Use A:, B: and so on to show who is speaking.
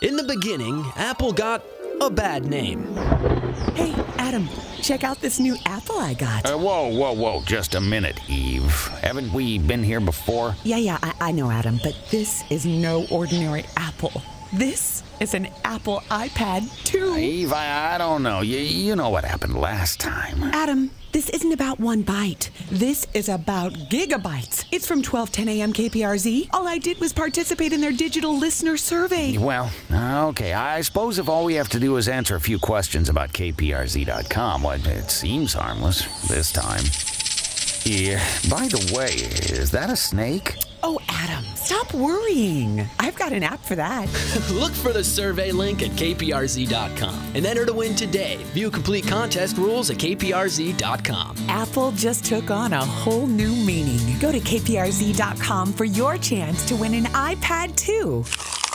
A: In the beginning, Apple got a bad name.
B: Hey, Adam, check out this new apple I got.
C: Uh, whoa, whoa, whoa, just a minute, Eve. Haven't we been here before?
B: yeah, yeah, I, I know, Adam, but this is no ordinary apple. This is an Apple iPad 2.
C: Eve, I, I don't know. You, you know what happened last time.
B: Adam, this isn't about one bite. This is about gigabytes. It's from 1210 a.m. KPRZ. All I did was participate in their digital listener survey.
C: Well, uh, okay, I suppose if all we have to do is answer a few questions about KPRZ.com, well, it seems harmless this time. Yeah, by the way, is that a snake?
B: Oh, Adam, stop worrying. I've got an app for that.
A: Look for the survey link at kprz.com and enter to win today. View complete contest rules at kprz.com.
B: Apple just took on a whole new meaning. Go to kprz.com for your chance to win an iPad 2.